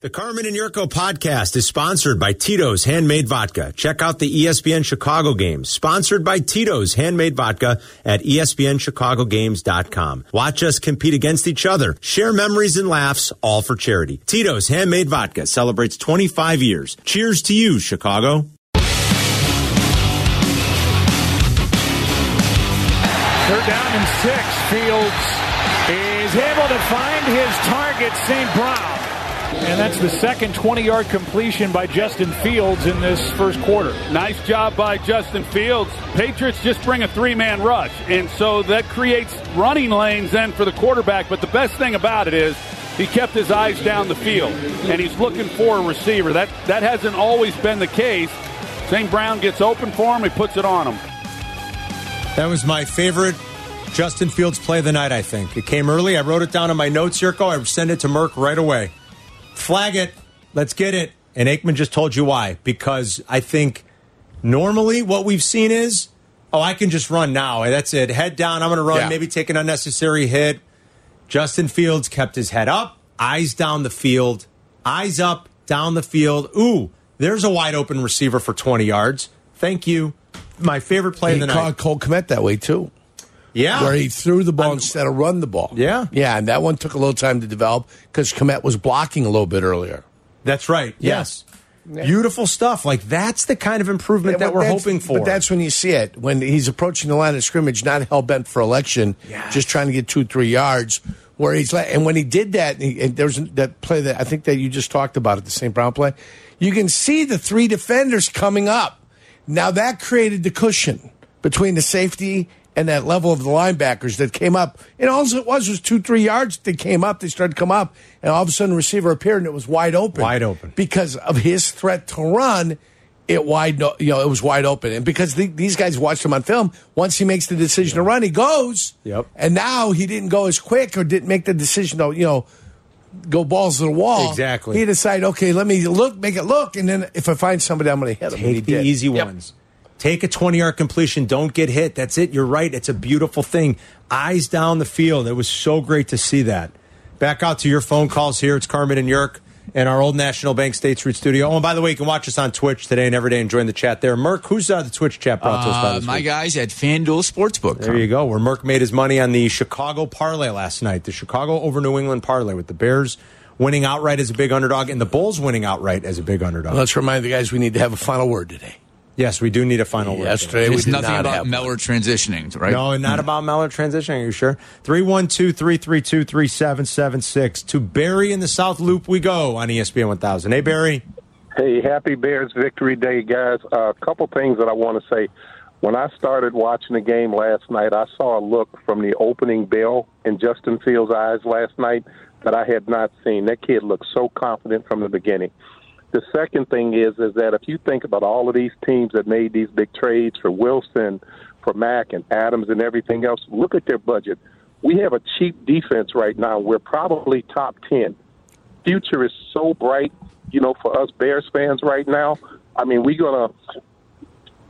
The Carmen and Yurko podcast is sponsored by Tito's Handmade Vodka. Check out the E ESPN Chicago games, sponsored by Tito's Handmade Vodka at E ESPNChicagoGames.com. Watch us compete against each other, share memories and laughs, all for charity. Tito's Handmade Vodka celebrates 25 years. Cheers to you, Chicago. Third down and six. Fields is able to find his target, St. Brown. And that's the second 20 yard completion by Justin Fields in this first quarter. Nice job by Justin Fields. Patriots just bring a three man rush, and so that creates running lanes then for the quarterback. But the best thing about it is he kept his eyes down the field, and he's looking for a receiver. That, that hasn't always been the case. St. Brown gets open for him, he puts it on him. That was my favorite Justin Fields play of the night, I think. It came early. I wrote it down on my notes, Yurko. I sent it to Merck right away. Flag it. Let's get it. And Aikman just told you why. Because I think normally what we've seen is, oh, I can just run now. That's it. Head down. I'm going to run, Yeah. maybe take an unnecessary hit. Justin Fields kept his head up, eyes down the field, eyes up, down the field. Ooh, there's a wide open receiver for 20 yards. Thank you. My favorite play He of the night. caught Cole Komet that way too, Yeah. where he threw the ball instead of run the ball. Yeah. yeah, and that one took a little time to develop because Komet was blocking a little bit earlier. That's right. Yeah. Yes. Beautiful stuff. Like that's the kind of improvement Yeah, that but we're that's- hoping for. But that's when you see it when he's approaching the line of scrimmage, not hell bent for election, Yes. just trying to get two three yards. Where he's like, and when he did that, and, he, and there was that play that I think that you just talked about at the St. Brown play, you can see the three defenders coming up. Now that created the cushion between the safety and that level of the linebackers that came up. And all it was was two three yards. They came up, they started to come up, and all of a sudden, the receiver appeared and it was wide open. Wide open. because of his threat to run it wide no- you know it was wide open and because the, these guys watched him on film once he makes the decision to run he goes Yep. and now he didn't go as quick or didn't make the decision to you know go balls to the wall Exactly. he decided okay let me look make it look and then if i find somebody i'm going to hit him And he Take the did. easy ones. Take a 20 yard completion. Don't get hit. That's it. You're right. It's a beautiful thing. Eyes down the field. It was so great to see that. Back out to your phone calls here. It's Carmen and Yerk in our old National Bank State Street studio. Oh, and by the way, you can watch us on Twitch today and every day and join the chat there. Merck, who's uh, the Twitch chat brought to us by Uh, this my week? guys at FanDuel Sportsbook. There you go. Where Merck made his money on the Chicago parlay last night. The Chicago over New England parlay with the Bears winning outright as a big underdog and the Bulls winning outright as a big underdog. let's remind the guys we need to have a final word today yes, we do need a final word. yesterday we It's did nothing not about have Hmm. one. Meller transitioning, right? No, and not about Mellor transitioning. Are you sure? 312 332 3776. To Barry in the South Loop we go on E ESPN 1000. Hey, Barry. Hey, happy Bears victory day, guys. A couple things that I want to say. When I started watching the game last night, I saw a look from the opening bell in Justin Fields' eyes last night that I had not seen. That kid looked so confident from the beginning. The second thing is is that if you think about all of these teams that made these big trades for Wilson, for Mack and Adams and everything else, look at their budget. We have a cheap defense right now. We're probably top 10 future is so bright, you know, for us Bears fans right now. I mean, we're gonna.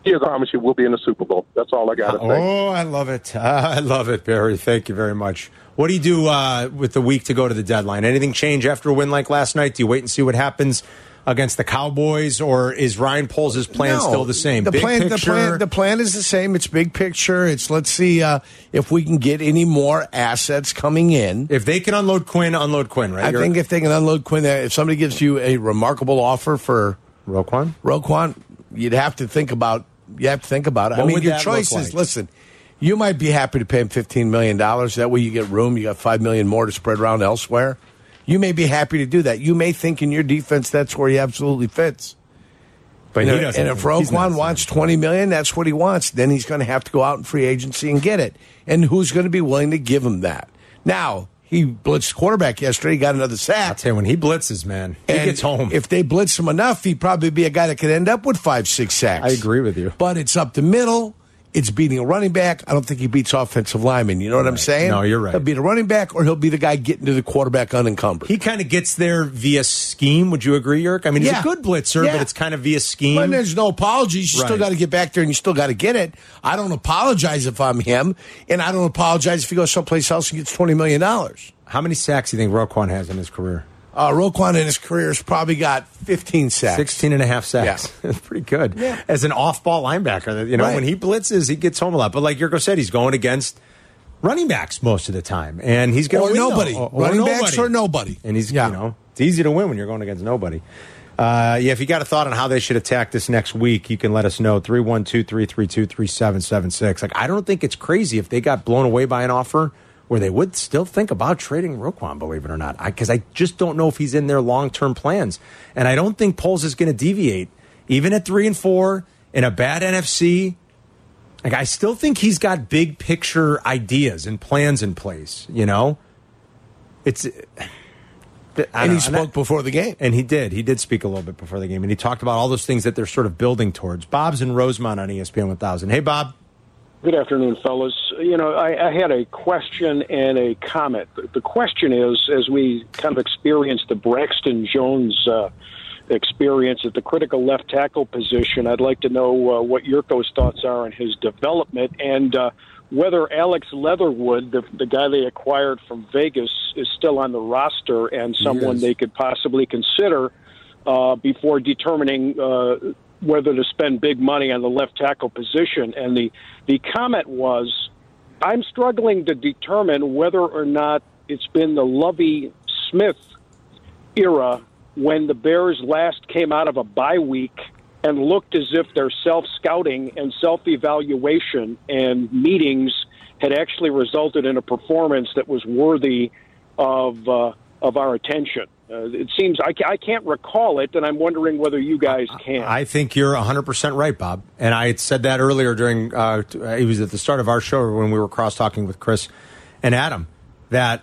Here's I promise you, we'll be in the Super Bowl. That's all I gotta say. Oh, I love it. I love it, Barry. Thank you very much. What do you do uh, with the week to go to the deadline? Anything change after a win like last night? Do you wait and see what happens against the Cowboys, or is Ryan Poles' plan No, still the same? The Big plan, the picture? plan, the plan is the same. It's big picture. It's let's see uh, if we can get any more assets coming in. if they can unload Quinn, unload Quinn, right? I You're- think if they can unload Quinn, uh, if somebody gives you a remarkable offer for Roquan? Roquan, you'd have to think about. You have to think about it. I What mean, would your that look choice is like? listen. You might be happy to pay him fifteen million dollars. That way, you get room. You got five million more to spread around elsewhere. You may be happy to do that. You may think in your defense that's where he absolutely fits. But And, he if- doesn't. and if He's not Roquan saying wants twenty million, that's what he wants. Then he's going to have to go out in free agency and get it. And who's going to be willing to give him that? Now he blitzed quarterback yesterday. He got another I'll sack. tell you, when he blitzes, man, he And gets home. If they blitz him enough, he'd probably be a guy that could end up with five, six sacks. I agree with you. But it's up the middle. It's beating a running back. I don't think he beats offensive linemen. You know what I'm saying? No, you're right. He'll beat a running back, or he'll be the guy getting to the quarterback unencumbered. He kind of gets there via scheme. Would you agree, Yerk? I mean, he's Yeah. a good blitzer, Yeah. but it's kind of via scheme. But there's no apologies. You still Right. got to get back there and you still got to get it. I don't apologize if I'm him, and I don't apologize if he goes someplace else and gets $20 million. How many sacks do you think Roquan has in his career? Uh, Roquan in his career has probably got 15 sacks. 16 and a half sacks. Pretty good. As an off ball linebacker, you know, Right. when he blitzes, he gets home a lot. But like Yurko said, he's going against running backs most of the time. And he's going Or nobody. Running backs or nobody. And he's, Yeah. you know, it's easy to win when you're going against nobody. Uh, yeah, if you got a thought on how they should attack this next week, you can let us know. 312 332 3776. Like, I don't think it's crazy if they got blown away by an offer where they would still think about trading Roquan, believe it or not. Because I, just don't know if he's in their long term plans. And I don't think Poles is going to deviate, even at three and four in a bad NFC. Like, I still think he's got big picture ideas and plans in place, you know? It's. and he spoke before the game. And he did. He did speak a little bit before the game, and he talked about all those things that they're sort of building towards. Bob's in Rosemont on E ESPN 1000. Hey, Bob. Good afternoon, fellas. You know, I, I had a question and a comment. The- The question is, as we kind of experience the Braxton Jones uh, experience at the critical left tackle position, I'd like to know uh, what Yurko's thoughts are on his development and uh, whether Alex Leatherwood, the, the guy they acquired from Vegas, is still on the roster and someone is. they could possibly consider uh, before determining uh, whether to spend big money on the left tackle position. And the, the comment was, I'm struggling to determine whether or not it's been the Lovey Smith era when the Bears last came out of a bye week and looked as if their self scouting and self evaluation and meetings had actually resulted in a performance that was worthy of uh, of our attention. Uh, it seems I, ca- I can't recall it, and I'm wondering whether you guys can. I think you're 100% right, Bob. And I had said that earlier during, uh, t- uh, it was at the start of our show when we were cross talking with Chris and Adam that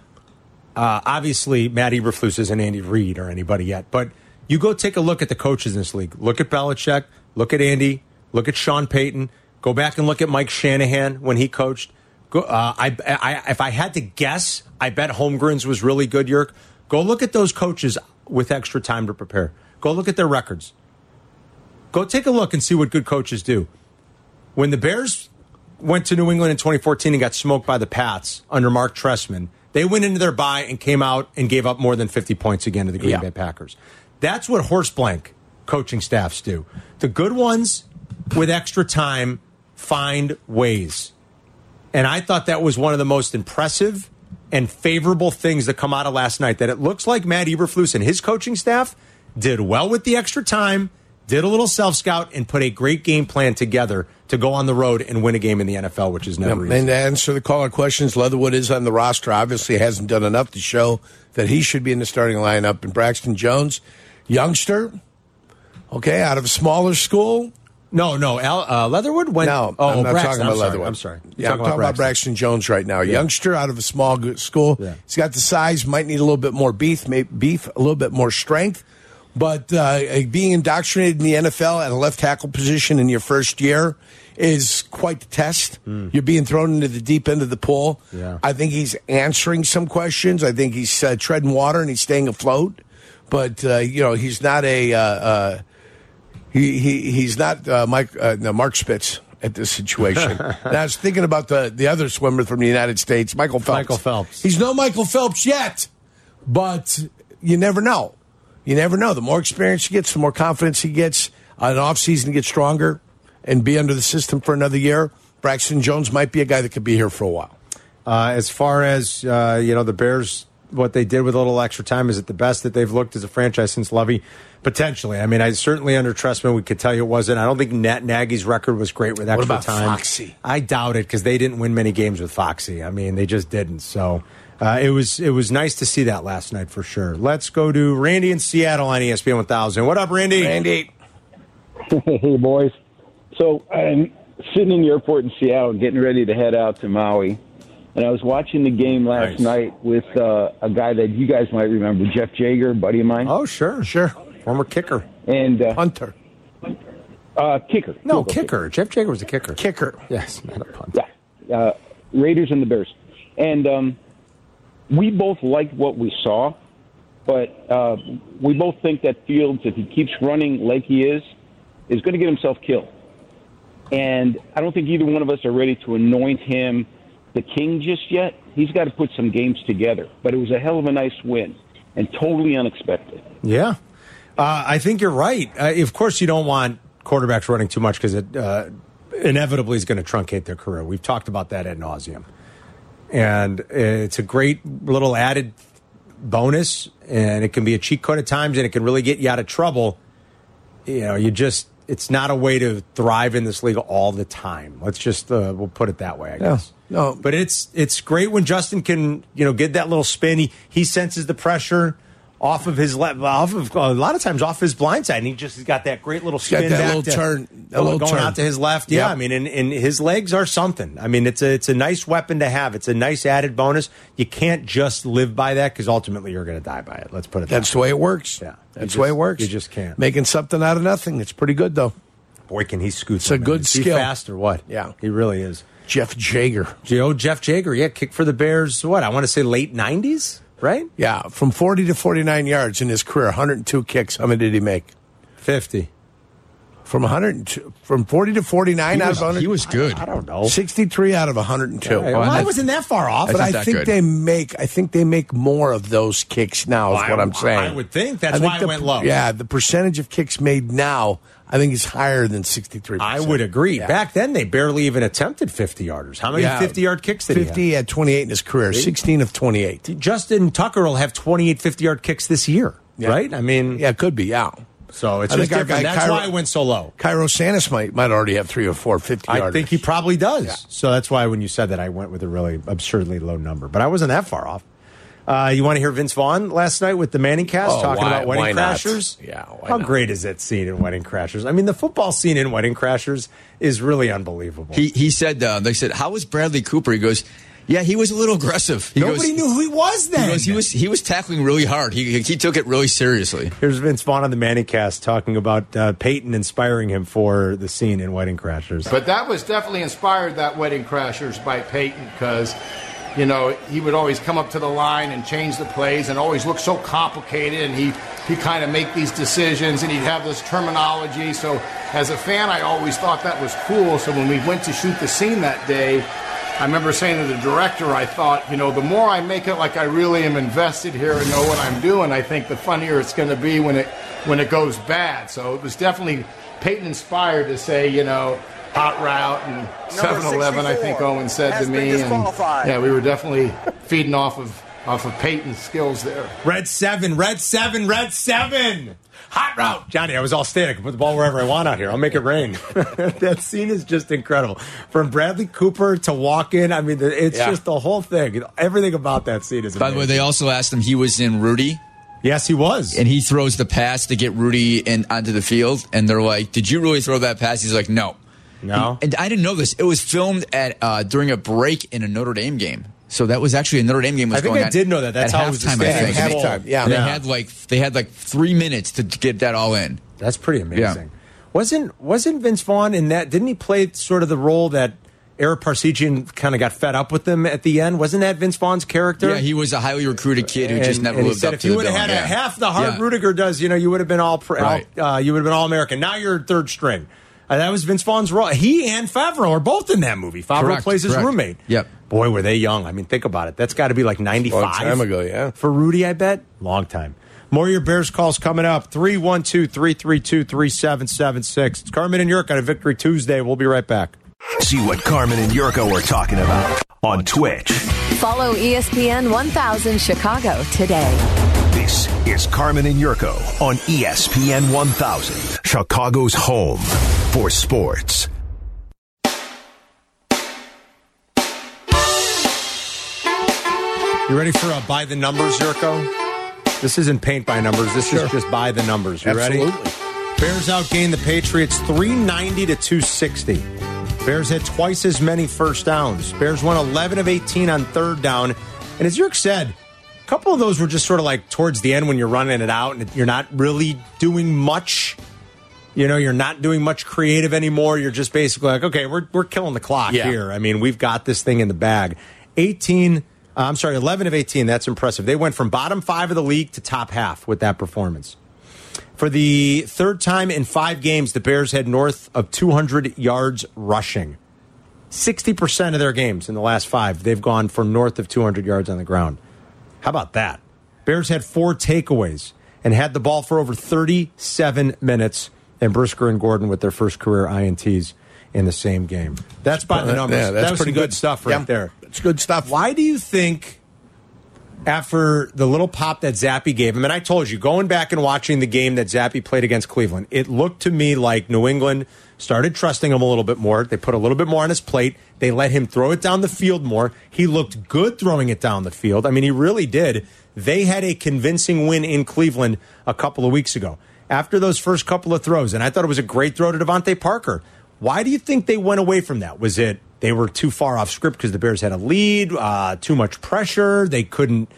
uh, obviously Matt Eberflus isn't Andy Reid or anybody yet, but you go take a look at the coaches in this league. Look at Belichick, look at Andy, look at Sean Payton, go back and look at Mike Shanahan when he coached. Go, uh, I, I, if I had to guess, I bet Holmgren's was really good, Yerk. Go look at those coaches with extra time to prepare. Go look at their records go take a look and see what good coaches do. When the Bears went to New England in 2014 and got smoked by the Pats under Mark Tressman, they went into their bye and came out and gave up more than 50 points again to the Green Yeah. Bay Packers. That's what horse blank coaching staffs do. The good ones with extra time find ways. And I thought that was one of the most impressive and favorable things that come out of last night. That it looks like Matt Eberflus and his coaching staff did well with the extra time, did a little self scout, and put a great game plan together to go on the road and win a game in the NFL, which is never And easy. to answer the caller questions, Leatherwood is on the roster. Obviously, hasn't done enough to show that he should be in the starting lineup. And Braxton Jones, youngster, okay, out of a smaller school. No, no, Al, uh, Leatherwood went. No, oh, I'm not Braxton, talking about I'm sorry, Leatherwood. I'm sorry. You're Yeah, I'm talking about Braxton Jones right now. Youngster out of a small good school. Yeah. He's got the size. Might need a little bit more beef. May, beef, a little bit more strength. But uh, being indoctrinated in the NFL at a left tackle position in your first year is quite the test. You're being thrown into the deep end of the pool. Yeah. I think he's answering some questions. I think he's uh, treading water and he's staying afloat. But uh, you know, he's not a. Uh, uh, he, he he's not uh, Mike uh, no, Mark Spitz at this situation. and I was thinking about the the other swimmer from the United States, Michael Phelps. Michael Phelps. He's no Michael Phelps yet, but you never know. You never know. The more experience he gets, the more confidence he gets. uh, An off season gets stronger and be under the system for another year. Braxton Jones might be a guy that could be here for a while. Uh, as far as uh, you know, the Bears, what they did with a little extra time is it the best that they've looked as a franchise since Lovey? Potentially, I mean, I certainly under Tressman, we could tell you it wasn't. I don't think Nat Nagy's record was great with extra about time. Foxy? I doubt it because they didn't win many games with Foxy. I mean, they just didn't. So uh, it was it was nice to see that last night for sure. Let's go to Randy in Seattle on E ESPN 1000. What up, Randy? Randy, hey boys so i'm sitting in the airport in seattle getting ready to head out to maui and i was watching the game Nice. last night with uh, a guy that you guys might remember jeff jager buddy of mine Oh sure, sure. Former kicker, and uh, punter, uh, kicker no kicker. Jeff Jager was a kicker. kicker. Yes, not a punt. Yeah. Uh, Raiders and the Bears. And um, we both liked what we saw, but uh, we both think that Fields, if he keeps running like he is, is going to get himself killed. And I don't think either one of us are ready to anoint him the king just yet. He's got to put some games together. But it was a hell of a nice win. and totally unexpected. Yeah, uh, I think you're right. Uh, of course, you don't want quarterbacks running too much because it uh, inevitably is going to truncate their career. We've talked about that ad nauseum, and it's a great little added bonus, and it can be a cheat code at times, and it can really get you out of trouble. You know, you just. It's not a way to thrive in this league all the time. Let's just uh, we'll put it that way, I guess. No. but it's it's great when Justin can you know get that little spin. He he senses the pressure off of his left, off of a lot of times off his blind side, and he just has got that great little got spin that back little to- turn- that going little turn. out to his left. Yeah, Yep. I mean, and, and his legs are something. I mean, it's a it's a nice weapon to have. It's a nice added bonus. You can't just live by that because ultimately you're going to die by it. Let's put it. That's that the way it works. Yeah. That's You the way just- it works. you just can't. Making something out of nothing. It's pretty good, though. Boy, can he scoot? It's a good skill. fast or what? Yeah. he really is. Jeff Jager. Joe Jeff Jager, yeah, kick for the Bears. What I want to say, late nineties, right? Yeah, from 40 to 49 yards in his career, 102 kicks. How many did he make? Fifty. From 102, from 40 to 49 He out of was, 100, he was good. I don't know. 63 out of 102. All right, well, I that's- wasn't that far off. that's but not I that think good. they make I think they make more of those kicks now. Is Well, what I- I'm saying. I would think. That's why I the- went low. Yeah, the percentage of kicks made now I think is higher than 63. I would agree. Yeah. Back then, they barely even attempted 50 yarders. How many Yeah. 50 yard kicks did 50 he at 28 in his career, 16 of 28. have? Justin Tucker will have 28 50 yard kicks this year, Yeah. right? I mean, Yeah, it could be. Yeah, so it's I just think our different. guy That's Kyra- why I went so low. Cairo Sanis might might already have three or four 50 I yarders. think he probably does. So that's why when you said that, I went with a really absurdly low number, but I wasn't that far off. Uh, you want to hear Vince Vaughn last night with the Manning cast Oh, talking why- about Wedding why not? Crashers? Yeah, Oh, why How not? great is that scene in Wedding Crashers? I mean, the football scene in Wedding Crashers is really unbelievable. He he said uh, they said how was Bradley Cooper? He goes, yeah, he was a little aggressive. He Nobody goes, knew who he was then. He goes, he was he was tackling really hard. He he took it really seriously. Here's Vince Vaughn on the Manning cast talking about uh, Peyton inspiring him for the scene in Wedding Crashers. But that was definitely inspired that Wedding Crashers by Peyton because, you know, he would always come up to the line and change the plays and always look so complicated and he he kind of make these decisions and he'd have this terminology. So as a fan, I always thought that was cool. So when we went to shoot the scene that day, I remember saying to the director, I thought, you know, the more I make it like I really am invested here and know what I'm doing, I think the funnier it's going to be when it when it goes bad. So it was definitely Peyton inspired to say, you know, hot route and 7-Eleven. I think Owen said to me, and yeah, we were definitely feeding off of off of Peyton's skills there. Red seven, red seven, red seven. Hot route, Johnny. I was all static. I can put the ball wherever I want out here. I'll make it rain. that scene is just incredible. From Bradley Cooper to walk in. I mean, it's Yeah. just the whole thing. Everything about that scene is. Amazing. By the way, they also asked him he was in Rudy, yes, he was. and he throws the pass to get Rudy in onto the field, and they're like, "Did you really throw that pass?" He's like, "No." no, And I didn't know this. It was filmed at uh, during a break in a Notre Dame game. So that was actually a Notre Dame game. Was I think going I on did know that. That's at how it was halftime, I decided. think. And they- Halftime, yeah. and They Yeah. had like they had like three minutes to get that all in. That's pretty amazing. Wasn't wasn't Vince Vaughn in that? Didn't he play sort of the role that Eric Parsegian kind of got fed up with him at the end? Wasn't that Vince Vaughn's character? Yeah, he was a highly recruited kid who and, just never and he lived said up if to you the would have billing. had a Yeah. half the heart Yeah. Rudiger does, you know, you would have been all, pr- all- Right. uh, you would have been all American. Now you're third string. Uh, that was Vince Vaughn's role. He and Favreau are both in that movie. Favreau Correct, plays his correct. roommate. Yep. Boy, were they young. I mean, think about it. That's got to be like 95. Long time ago, yeah. For Rudy, I bet. Long time. More of your Bears calls coming up. 312 332 3776. It's Carmen and York on a Victory Tuesday. We'll be right back. See what Carmen and Yurko are talking about on Twitch. Follow E ESPN 1000 Chicago today. This is Carmen and Yurko on E ESPN 1000, Chicago's home for sports. You ready for a by the numbers, Yurko? This isn't paint by numbers. This is just by the numbers. You ready? Absolutely. Bears outgained the Patriots 390 to 260. Bears had twice as many first downs. Bears won 11 of 18 on third down. And as Yerk said, a couple of those were just sort of like towards the end when you're running it out and you're not really doing much. You know, you're not doing much creative anymore. You're just basically like, okay, we're, we're killing the clock Yeah. here. I mean, we've got this thing in the bag. 18, uh, I'm sorry, 11 of 18. That's impressive. They went from bottom five of the league to top half with that performance. For the third time in five games, the Bears had north of 200 yards rushing. 60% of their games in the last five, they've gone for north of 200 yards on the ground. How about that? Bears had four takeaways and had the ball for over 37 minutes, and Brisker and Gordon with their first career INTs in the same game. That's by the numbers. Yeah, that's that was pretty some good, good. stuff right Yeah, there. It's good stuff. Why do you think after the little pop that Zappy gave him, and I told you, going back and watching the game that Zappy played against Cleveland, it looked to me like New England started trusting him a little bit more. They put a little bit more on his plate. They let him throw it down the field more. He looked good throwing it down the field. I mean, he really did. They had a convincing win in Cleveland a couple of weeks ago. After those first couple of throws, and I thought it was a great throw to Devontae Parker. Why do you think they went away from that? Was it they were too far off script because the Bears had a lead, uh, too much pressure? They couldn't,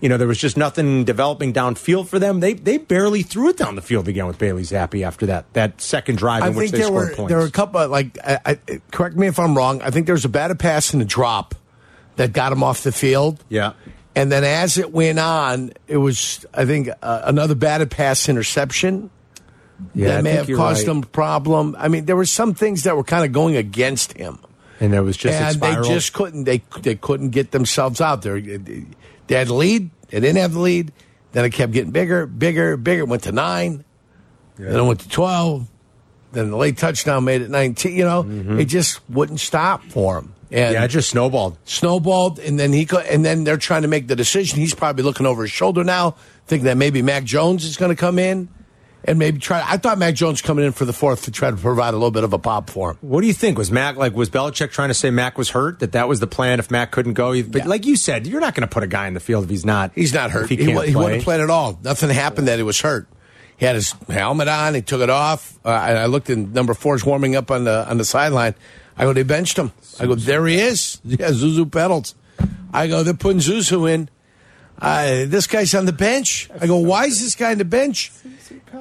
you know, there was just nothing developing downfield for them. They they barely threw it down the field again with Bailey Zappi after that that second drive in I which think they there scored were points. there were a couple of, like I, I, correct me if I'm wrong. I think there was a bad pass and a drop that got him off the field. yeah, And then as it went on, it was I think uh, another batted pass interception yeah, I that may think have you're caused right. him problem. I mean, there were some things that were kind of going against him, and there was just it and they spiraled. just couldn't they they couldn't get themselves out there. They they had the lead, they didn't have the lead. Then it kept getting bigger, bigger, bigger. It went to nine, then it went to twelve. Then the late touchdown made it nineteen. You know, it just wouldn't stop for him. And Mm-hmm. yeah, it just snowballed. snowballed, and then he co- and then they're trying to make the decision. He's probably looking over his shoulder now, thinking that maybe Mac Jones is going to come in and maybe try. I thought Mac Jones coming in for the fourth to try to provide a little bit of a pop for him. What do you think? Was Mac like was Belichick trying to say Mac was hurt? That that was the plan if Mac couldn't go. But like you said, you're not going to put a guy in the field if he's not. He's not hurt. If he, can't wa- play. wouldn't have played at all. Nothing happened that he was hurt. He had his helmet on. He took it off. Uh, I, I looked in number four's warming up on the on the sideline. I go, they benched him. I go, there he is. Yeah, Zuzu pedals. I go, they're putting Zuzu in. Uh, this guy's on the bench. I go, why is this guy on the bench?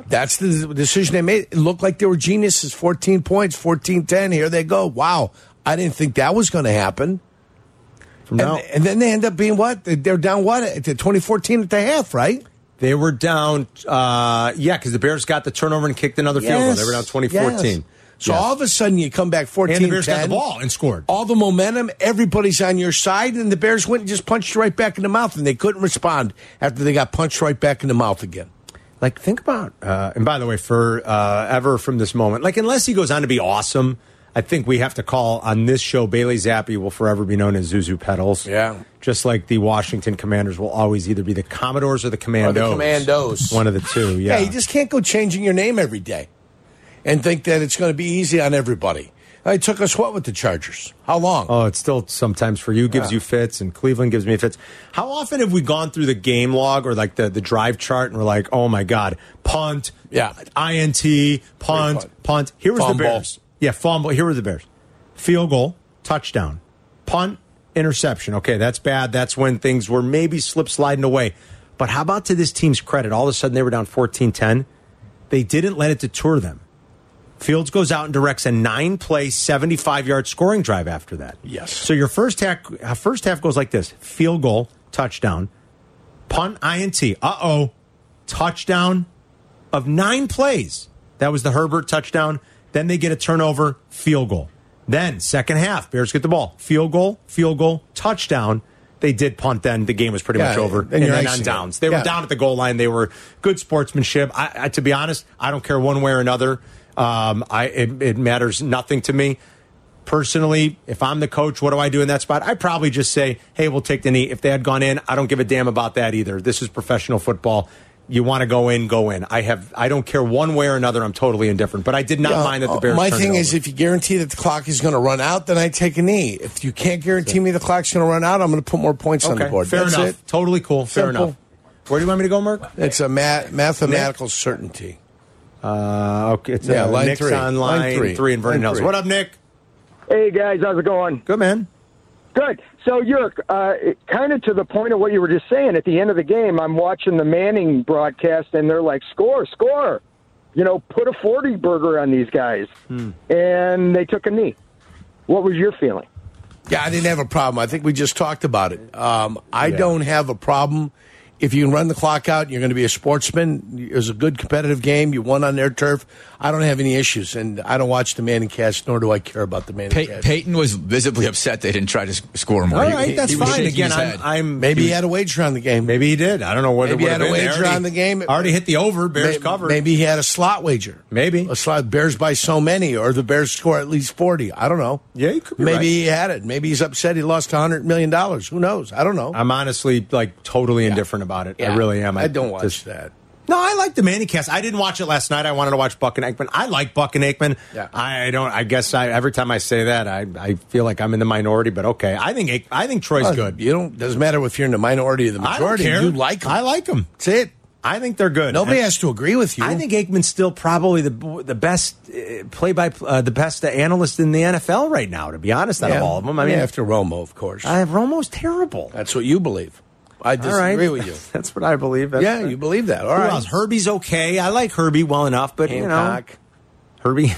That's the decision they made. It looked like they were geniuses. 14 points, 14 10. Here they go. Wow. I didn't think that was going to happen. From And, now- and then they end up being what? They- They're down what? At the 2014 at the half, right? They were down, uh, yeah, because the Bears got the turnover and kicked another field goal. They were down Yes, 2014. yes. So all of a sudden you come back 14 and the Bears got 10. the ball and scored. All the momentum, everybody's on your side, and the Bears went and just punched you right back in the mouth, and they couldn't respond after they got punched right back in the mouth again. Like, think about, uh, and by the way, for uh, ever from this moment, like, unless he goes on to be awesome, I think we have to call on this show Bailey Zappi will forever be known as Zuzu Pedals. Yeah. Just like the Washington Commanders will always either be the Commodores or the Commandos. Commandos. One of the two, Oh, yeah. Yeah, you just can't go changing your name every day and think that it's going to be easy on everybody. It took us what with the Chargers? How long? Oh, it's still sometimes for you gives Yeah. you fits, and Cleveland gives me fits. How often have we gone through the game log or like the, the drive chart and we're like, oh my god, punt, Yeah. INT, punt, punt. punt. Here was Fumble. the Bears, yeah, fumble. Here were the Bears, field goal, touchdown, punt, interception. Okay, that's bad. That's when things were maybe slip sliding away. But how about to this team's credit? All of a sudden they were down 14-10. They didn't let it deter them. Fields goes out and directs a nine play, 75 yard scoring drive after that. Yes. So your first half, uh, first half goes like this field goal, touchdown, punt, INT. Uh oh, touchdown of nine plays. That was the Herbert touchdown. Then they get a turnover, field goal. Then, second half, Bears get the ball. Field goal, field goal, touchdown. They did punt then. The game was pretty Yeah, much over. then And, you're then on icing it. downs. They Yeah. were down at the goal line. They were good sportsmanship. I, I, to be honest, I don't care one way or another. Um, I, it, it matters nothing to me. Personally, if I'm the coach, what do I do in that spot? I probably just say, hey, we'll take the knee. If they had gone in, I don't give a damn about that either. This is professional football. You want to go in, go in. I have, I don't care one way or another. I'm totally indifferent. But I did not mind that the Uh, Bears. My turned thing it is, over. if you guarantee that the clock is going to run out, then I take a knee. If you can't guarantee me the clock's going to run out, I'm going to put more points on the Okay, board. fair That's enough, it. totally cool, fair Simple. enough. Where do you want me to go, Merck? It's a ma- mathematical certainty. Uh, okay, it's Yeah, uh, line Nick's three. on Line line, three. three. in Vernon Line Hills. three. What up, Nick? Hey guys, how's it going? Good man. Good. So you're uh, kind of to the point of what you were just saying. At the end of the game, I'm watching the Manning broadcast, and they're like, "Score, score!" You know, put a forty burger on these guys, Hmm. and they took a knee. What was your feeling? Yeah, I didn't have a problem. I think we just talked about it. Um, I don't have a problem if you can run the clock out, you're going to be a sportsman. It was a good competitive game. You won on their turf. I don't have any issues, and I don't watch the Manning cast, nor do I care about the Manning Pey- cast. Peyton was visibly upset they didn't try to sc- score more. All He- right, he- that's he was fine. shaking Again, his I'm- head. I'm- Maybe he had a wager on the game. Maybe he did. I don't know what Maybe it would he had have a been. They wager already- on the game. Already hit the over. Bears May- covered. Maybe he had a slot wager. Maybe a slot Bears by so many, or the Bears score at least forty. I don't know. Yeah, you could. Be Maybe right. he had it. Maybe he's upset he lost hundred million dollars. Who knows? I don't know. I'm honestly like totally indifferent about it. I Yeah. really am. I don't watch just- that. No, I like the Manning cast. I didn't watch it last night. I wanted to watch Buck and Aikman. I like Buck and Aikman. Yeah. I don't. I guess I, every time I say that, I, I feel like I'm in the minority. But okay, I think Aik- I think Troy's Well, good. You don't. Doesn't matter if you're in the minority or the majority. I don't care. You like him. I like them. That's it. I think they're good. Nobody And has to agree with you. I think Aikman's still probably the the best uh, play by uh, the best analyst in the NFL right now. To be honest, out Yeah. of all of them, I mean, after Romo, of course. I, Romo's terrible. That's what you believe. I All right. disagree with you. That's what I believe. That's Yeah, you believe that. All Who right. else? Herbie's okay. I like Herbie well enough, but Hancock. you know, Herbie.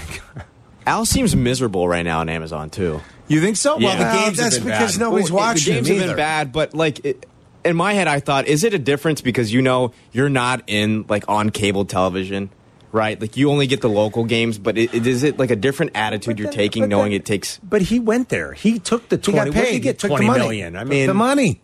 Al seems miserable right now on Amazon too. you think so? Well, the Yeah. games that's have been because bad. nobody's Well, watching The games him have either. been bad, but like it, in my head, I thought, is it a difference because you know you're not in like on cable television, right? Like you only get the local games, but it, it, is it like a different attitude you're then- taking, but knowing then- it takes? But he went there. He took the He twenty. got What did paid. he get took twenty the money. million? I Took mean, the money.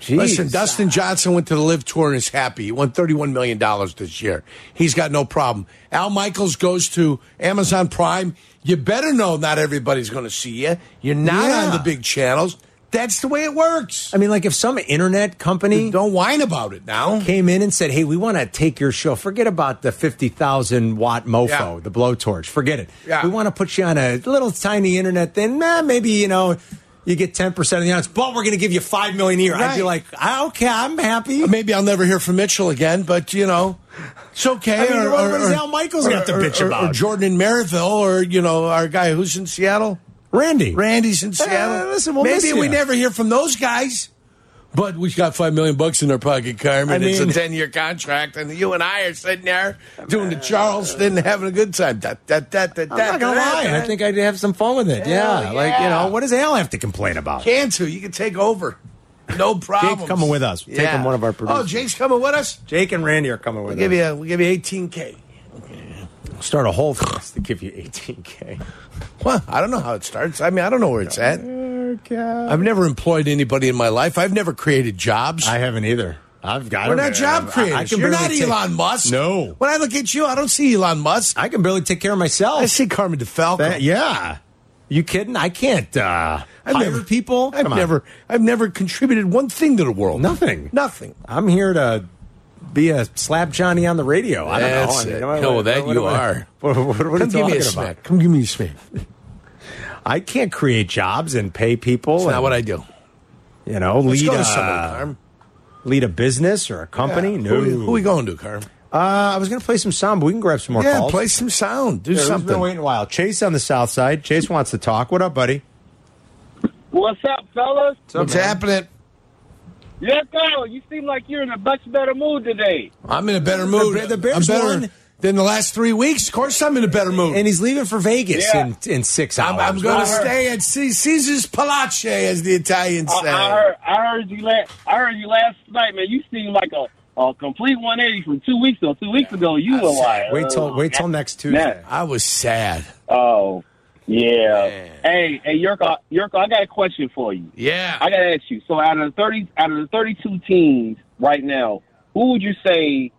Jeez. Listen, Dustin Johnson went to the Live Tour and is happy. He won thirty-one million dollars this year. He's got no problem. Al Michaels goes to Amazon Prime. You better know not everybody's going to see you. You're not Yeah. on the big channels. That's the way it works. I mean, like if some internet company Don't whine about it now. came in and said, "Hey, we want to take your show. Forget about the fifty thousand watt mofo, Yeah. the blowtorch. Forget it. Yeah. We want to put you on a little tiny internet thing. Nah, maybe you know." You get ten percent of the audience, but we're going to give you five million a year. I'd be Right. Uh, like, "Ah, okay, I'm happy. Maybe I'll never hear from Mitchell again, but you know, it's okay. I mean, or, what- or- what does or- Al Michaels have to or- bitch or- Or about? Jordan in Maryville, or you know, our guy who's in Seattle, Randy, Uh, Randy's in Seattle. listen, we'll maybe miss we ya. never hear from those guys. But we got five million bucks in our pocket, Carmen. I it's a mean- ten-year contract, and you and I are sitting there doing the Charleston, having a good time. That that that that. I'm not gonna lie. I think I'd have some fun with it. Yeah, Hell like you yeah. know, what does Al have to complain about? Cantu, you can take over. No problem. coming with us. Take him one of our Oh, producers. Jake's coming with us. Jake and Randy are coming with We'll us. give you a, we'll give you eighteen k. Start a whole fest to give you 18k. Well, I don't know how it starts. I mean, I don't know where it's at. I've never employed anybody in my life. I've never created jobs. I haven't either. I've got. We're it. not job I- creators. I, can You're barely not take- Elon Musk. No. When I look at you, I don't see Elon Musk. I can barely take care of myself. I see Carmen DeFalco. That- yeah. You kidding? I can't uh, I've hire never- people. I've Come on. never, I've never contributed one thing to the world. Nothing. Nothing. I'm here to be a slap Johnny on the radio. I don't know. I That's mean, it. what- No, that what you am I- are. What, what, what are you Come give me a talking smack. about? Come give me a smack. That's I can't create jobs and pay people. and, not what I do. You know, Let's lead go to a someone, Carm. lead a business or a company. Yeah. No. Who, who we going to, Carm? Uh, I was going to play some sound, but we can grab some more yeah, calls. play some sound. Hmm, Do Yeah, who's something. been waiting a while. Chase on the south side. Chase wants to talk. What up, buddy? What's up, fellas? What's happening? Yes, sir. You seem like you're in a much better mood today. I'm in a better mood. the Bears I'm better won. than the last three weeks. Of course, I'm in a better mood. And he's leaving for Vegas Yeah. in, in six hours. I'm, I'm going to I heard- stay at C- Caesar's Palace, as the Italians I, say. I heard, I heard you last, I heard you last night, man. You seem like a, a complete 180 from two weeks ago. Two weeks ago, you were like, Wait till oh, wait till man. next Tuesday. I was sad. Oh, yeah. Hey, hey, Yurko, Yurko, I got a question for you. Yeah. I gotta ask you. So out of the thirty, out of the thirty-two teams right now, who would you say,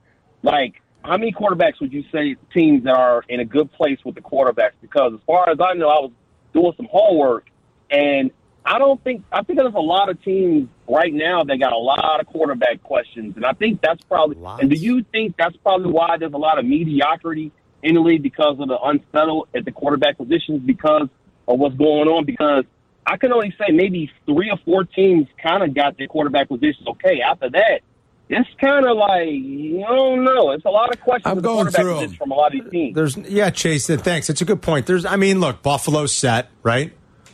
like, how many quarterbacks would you say teams that are in a good place with the quarterbacks? Because as far as I know, I was doing some homework, and I don't think I think there's a lot of teams right now that got a lot of quarterback questions, and I think that's probably. Lots. And do you think that's probably why there's a lot of mediocrity in the league because of the unsettled at the quarterback positions because of what's going on? Because I can only say maybe three or four teams kind of got their quarterback positions okay. After that, it's kind of like I don't know. It's a lot of questions. I'm at the going quarterback through 'em. position from a lot of these teams. There's yeah, Chase. then Thanks. It's a good point. There's I mean, look, Buffalo's set, right?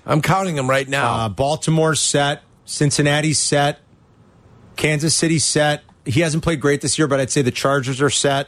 I'm counting them right now. Uh, Baltimore's set. Cincinnati's set. Kansas City's set. He hasn't played great this year, but I'd say the Chargers are set.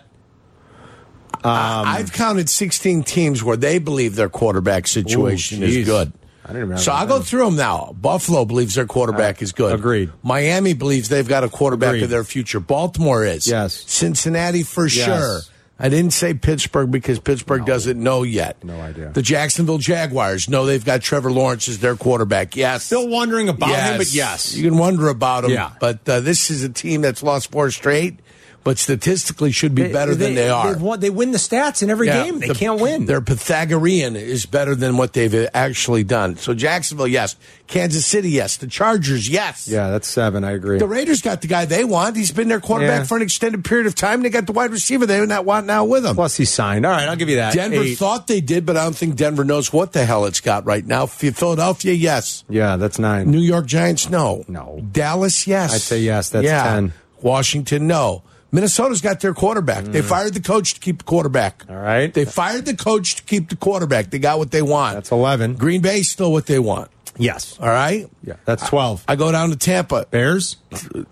I've counted 16 teams where they believe their quarterback situation Ooh, is geez. good. didn't remember. So I'll go through them now. Buffalo believes their quarterback is good. Agreed. Miami believes they've got a Uh, quarterback Agreed. of their future. Baltimore is. Yes. Cincinnati for Yes. sure. I didn't say Pittsburgh because Pittsburgh doesn't know yet. No idea. The Jacksonville Jaguars know they've got Trevor Lawrence as their quarterback. Yes. Still wondering about him, but yes. You can wonder about him. Yeah. But uh, this is a team that's lost four straight, but statistically should be better than they are. They, won, they win the stats in every Yeah, game. They the- can't win. Their Pythagorean is better than what they've actually done. So Jacksonville, yes. Kansas City, yes. The Chargers, yes. Yeah, that's seven. I agree. The Raiders got the guy they want. He's been their quarterback Yeah. for an extended period of time. They got the wide receiver they not want now with him. Plus, he signed. All right, I'll give you that. Denver Eight. thought they did, but I don't think Denver knows what the hell it's got right now. Ph- Philadelphia, yes. Yeah, that's nine. New York Giants, no. No. Dallas, yes. I'd say yes. That's Yeah. 10. Washington, no. Minnesota's got their quarterback. They fired the coach to keep the quarterback. All Mm. right. They fired the coach to keep the quarterback. They got what they want. That's 11. Green Bay's still what they want. Yes. All right. Yeah, that's 12. I, go down to Tampa. Bears?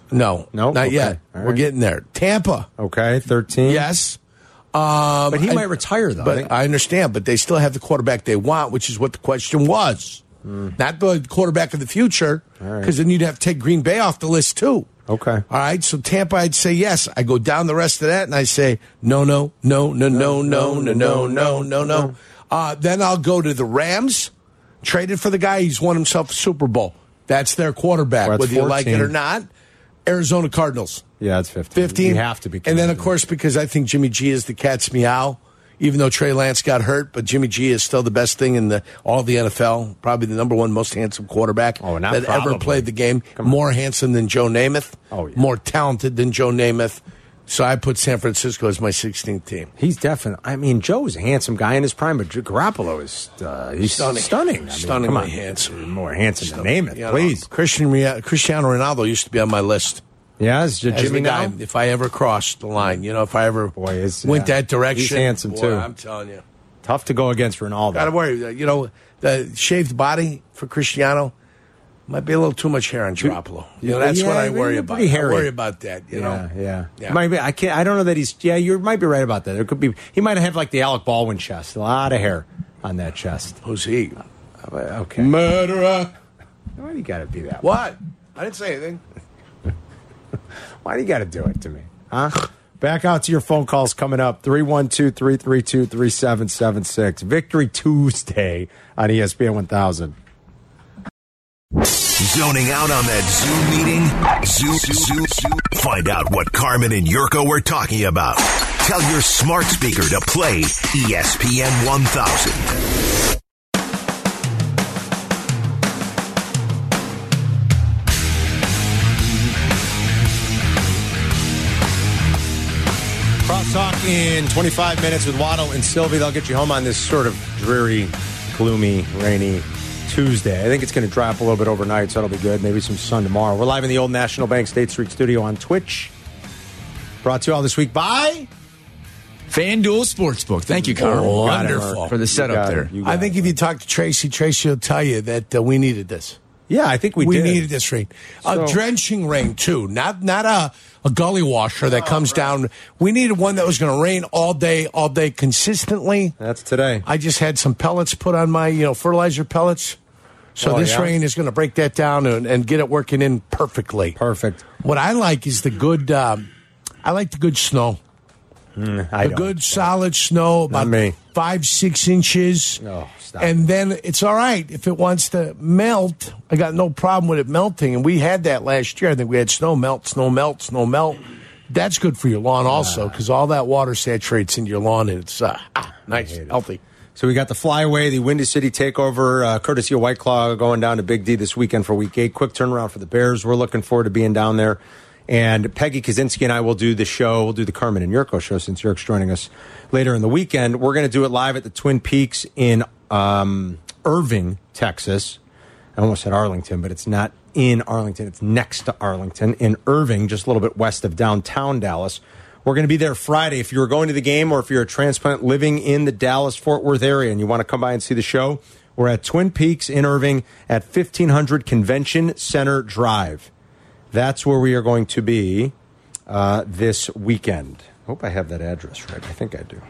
No. No? Not Okay. yet. All We're right. getting there. Tampa. Okay, 13. Yes. Um, But he I- might retire, though. I But think- I understand. But they still have the quarterback they want, which is what the question was. Not the quarterback of the future, All right. because then you'd have to take Green Bay off the list too. Okay. All right. So Tampa, I'd say yes. I go down the rest of that, and I say no, no, no, no, no, no, no, no, no, no, no. Uh, then I'll go to the Rams. Traded for the guy. He's won himself a Super Bowl. That's their quarterback, Well, that's whether you like it 14. or not. Arizona Cardinals. Yeah, it's 15. 15. You have to be. And then, of course, because I think Jimmy G is the cat's meow, even though Trey Lance got hurt, but Jimmy G is still the best thing in the all the NFL, probably the number one most handsome quarterback Oh, not that ever probably. played the game. More handsome than Joe Namath, oh, yeah. more talented than Joe Namath. So I put San Francisco as my 16th team. He's definitely. I mean, Joe's a handsome guy in his prime, but Garoppolo is uh, he's Stunning. stunning, stunning. I mean, Stunningly come on. handsome. more handsome than Namath, You know, please. Christian, Rea- Cristiano Ronaldo used to be on my list. Yeah, is As Jimmy the guy, now? if I ever crossed the line, you know, if I ever went yeah. that direction, He's handsome, boy, too. I'm telling you. Tough to go against Ronaldo. Gotta worry. uh, You know, the shaved body for Cristiano might be a little too much hair on Garoppolo. You know, that's Yeah, what I but worry you're about. pretty I hairy. worry about that. You know. Yeah, Yeah. yeah. Might be, I can't. I don't know that he's. Yeah, you might be right about that. There could be. He might have like the Alec Baldwin chest. A lot of hair on that chest. Uh, Who's he? Okay. Murderer. Why do you got to be that? What? I didn't say anything. Why do you got to do it to me? Huh? Back out to your phone calls coming up 312 332 3776. Victory Tuesday on E ESPN 1000. Zoning out on that Zoom meeting? Zoom, Zoom, Zoom. Find out what Carmen and Yurko were talking about. Tell your smart speaker to play E ESPN 1000. Crosstalk in 25 minutes with Waddle and Sylvie. They'll get you home on this sort of dreary, gloomy, rainy Tuesday. I think it's going to drop a little bit overnight, so that'll be good. Maybe some sun tomorrow. We're live in the old National Bank State Street studio on Twitch. Brought to you all this week by FanDuel Sportsbook. Thank you, Carl. Oh, wonderful for the setup there. I think if you talk to Tracy, Tracy will tell you that uh, we needed this. Yeah, I think we did. needed this rain, a So- drenching rain too. Not not a a gully washer Oh, that comes down. We needed one that was going to rain all day, all day consistently. That's today. I just had some pellets put on my you know fertilizer pellets. So Oh, this yeah? rain is going to break that down and, and get it working in perfectly. Perfect. What I like is the good. Um, I like the good snow. Hmm, I the don't. good solid snow, about me. five six inches. No, stop and then it's all right if it wants to melt. I got no problem with it melting, and we had that last year. I think we had snow melt, snow melt, snow melt. That's good for your lawn also because all that water saturates in your lawn, and it's uh, ah, nice, healthy. So we got the flyaway, the Windy City takeover, uh, courtesy of White Claw going down to Big D this weekend for week eight. Quick turnaround for the Bears. We're looking forward to being down there. And Peggy Kaczynski and I will do the show. We'll do the Carmen and Yurko show since Yurk's joining us later in the weekend. We're going to do it live at the Twin Peaks in um, Irving, Texas. I almost said Arlington, but it's not in Arlington. It's next to Arlington in Irving, just a little bit west of downtown Dallas. We're going to be there Friday. If you're going to the game or if you're a transplant living in the Dallas Fort Worth area and you want to come by and see the show, we're at Twin Peaks in Irving at 1500 Convention Center Drive. That's where we are going to be uh, this weekend. Hope I have that address right. I think I do.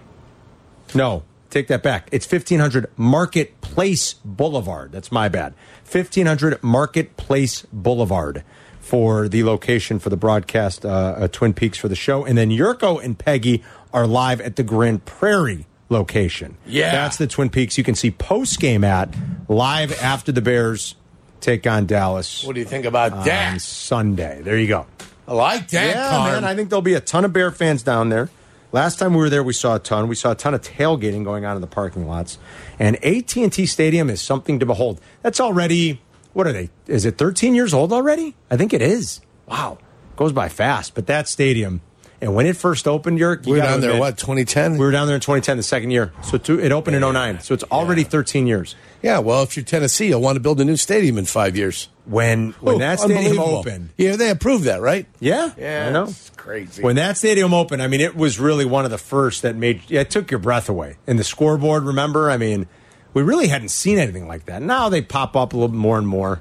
No, take that back. It's 1500 Marketplace Marketplace Boulevard. That's my bad. 1500 Marketplace Boulevard for the location for the broadcast, uh, uh, Twin Peaks for the show. And then Yurko and Peggy are live at the Grand Prairie location. Yeah. That's the Twin Peaks you can see post game at live after the Bears take on Dallas. What do you think about on that? Sunday. There you go. I like that, Yeah, Carm. man. I think there'll be a ton of Bear fans down there. Last time we were there, we saw a ton. We saw a ton of tailgating going on in the parking lots. And AT&T Stadium is something to behold. That's already what are they? Is it 13 years old already? I think it is. Wow, goes by fast. But that stadium, and when it first opened, York, We were down there, what, 2010? We were down there in 2010, the second year. So two, it opened in 09. So it's already 13 years. Yeah, well, if you're Tennessee, you'll want to build a new stadium in five years. When when Oh, that stadium unbelievable. opened, yeah, they approved that, right? yeah, I know. It's crazy. When that stadium opened, I mean, it was really one of the first that made yeah, it took your breath away. And the scoreboard, remember? I mean, we really hadn't seen anything like that. Now they pop up a little bit more and more.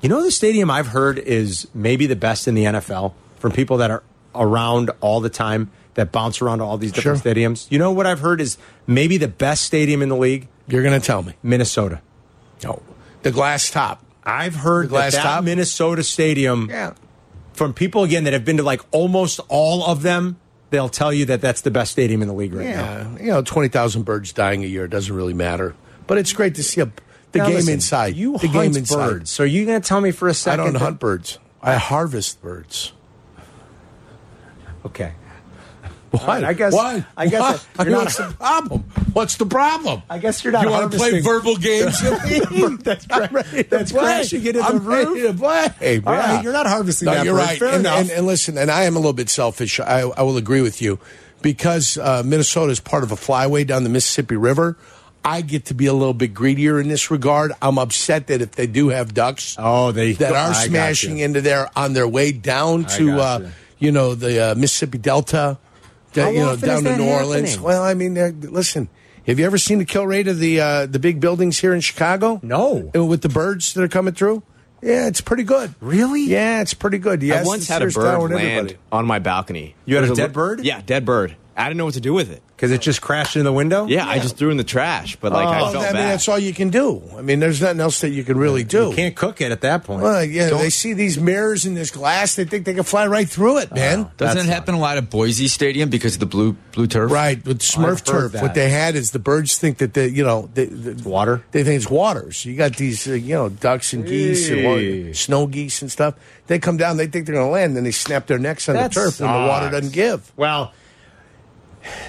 You know, the stadium I've heard is maybe the best in the NFL from people that are around all the time that bounce around to all these different stadiums. You know what I've heard is maybe the best stadium in the league. You're going to tell me Minnesota. No, the glass top. I've heard The glass that, that top? Minnesota stadium from people again that have been to like almost all of them. They'll tell you that that's the best stadium in the league right now. Yeah, you know, 20,000 birds dying a year doesn't really matter. But it's great to see a, the Now game listen, inside. You the hunt game inside. birds. So are you going to tell me for a I second? don't that- hunt birds. I harvest birds. Okay. What? right, I guess- Why? I guess Why? you're I mean, not- what's the problem? What's the problem? I guess you're not You wanna harvesting- play verbal games? that's right. That's crashing it in the I'm ready to roof. play. All right, yeah. you're not harvesting No, that You're bird. right. Fair and, enough. and- and listen, and I am a little bit selfish. I, I will agree with you because uh, Minnesota is part of a flyway down the Mississippi River. I get to be a little bit greedier in this regard. I'm upset that if they do have ducks, oh, they that I are got smashing you. into there on their way down I to got uh, you know the uh, Mississippi Delta, da- How you know often down is to New that Orleans. happening? Well, I mean, uh, listen, have you ever seen the kill rate of the uh, the big buildings here in Chicago? No, Uh, with the birds that are coming through. Yeah, it's pretty good. Really? Yeah, it's pretty good. Yes, I once it's had a Sears Tower bird and land everybody. on my balcony. You had There a was dead li- bird? Yeah, dead bird. I didn't know what to do with it. because it just crashed in the window. Oh, Yeah, I just threw it in the trash, but like Well, I Oh, I felt mean, bad. that's all you can do. I mean, there's nothing else that you can really do. You can't cook it at that point. Well, yeah, Don't- they see these mirrors in this glass. They think they can fly right through Uh, it, man. Doesn't That's it happen a lot at Boise Stadium because of the blue blue turf? Right, with Smurf I've heard turf, that. what they had is the birds think that the you know the, the, water. They think it's water. So you got these uh, you know ducks and geese and Hey. wa- snow geese and stuff. They come down, they think they're going to land, then they snap their necks on That the turf, and the water sucks. doesn't give. Well,